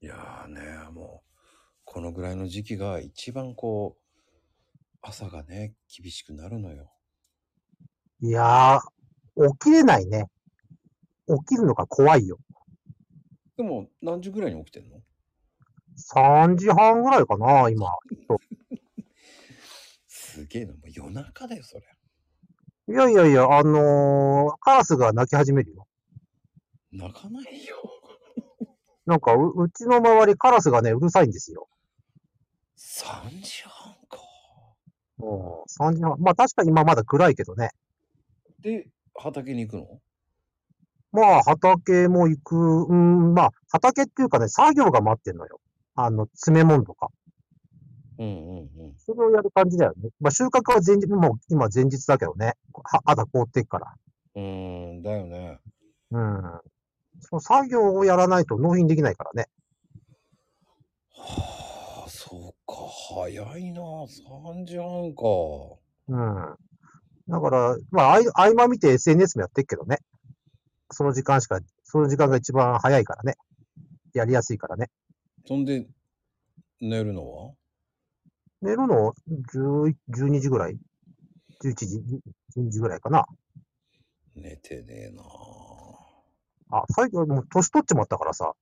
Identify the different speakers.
Speaker 1: いやーね、もう、このぐらいの時期が一番こう、朝がね、厳しくなるのよ。
Speaker 2: いやー、起きれないね。起きるのが怖いよ。
Speaker 1: でも、何時ぐらいに起きてんの
Speaker 2: 3時半ぐらいかな、今。
Speaker 1: すげえな、もう夜中だよ、それ。
Speaker 2: いやいやいや、あのー、カラスが鳴き始めるよ。
Speaker 1: 泣かないよ。
Speaker 2: なんかう、うちの周りカラスがね、うるさいんですよ。
Speaker 1: 3時半か。
Speaker 2: うん、3時半。まあ確かに今まだ暗いけどね。
Speaker 1: で、畑に行くの
Speaker 2: まあ畑も行く、うん、まあ畑っていうかね、作業が待ってんのよ。あの、詰め物とか。
Speaker 1: うんうんうん。
Speaker 2: それをやる感じだよね。まあ収穫は前日、もう今前日だけどね。は肌凍ってっから。
Speaker 1: うーん、だよね。
Speaker 2: うん。その作業をやらないと納品できないからね。
Speaker 1: はあ、そうか、早いな、3時半か。
Speaker 2: うん。だから、まあ、あい合間見て SNS もやってっけどね。その時間しか、その時間が一番早いからね。やりやすいからね。
Speaker 1: そんで、寝るのは
Speaker 2: 寝るの10 12時ぐらい ?11 時、12時ぐらいかな。
Speaker 1: 寝てねえな
Speaker 2: あ、最近はもう年取っちまったからさ、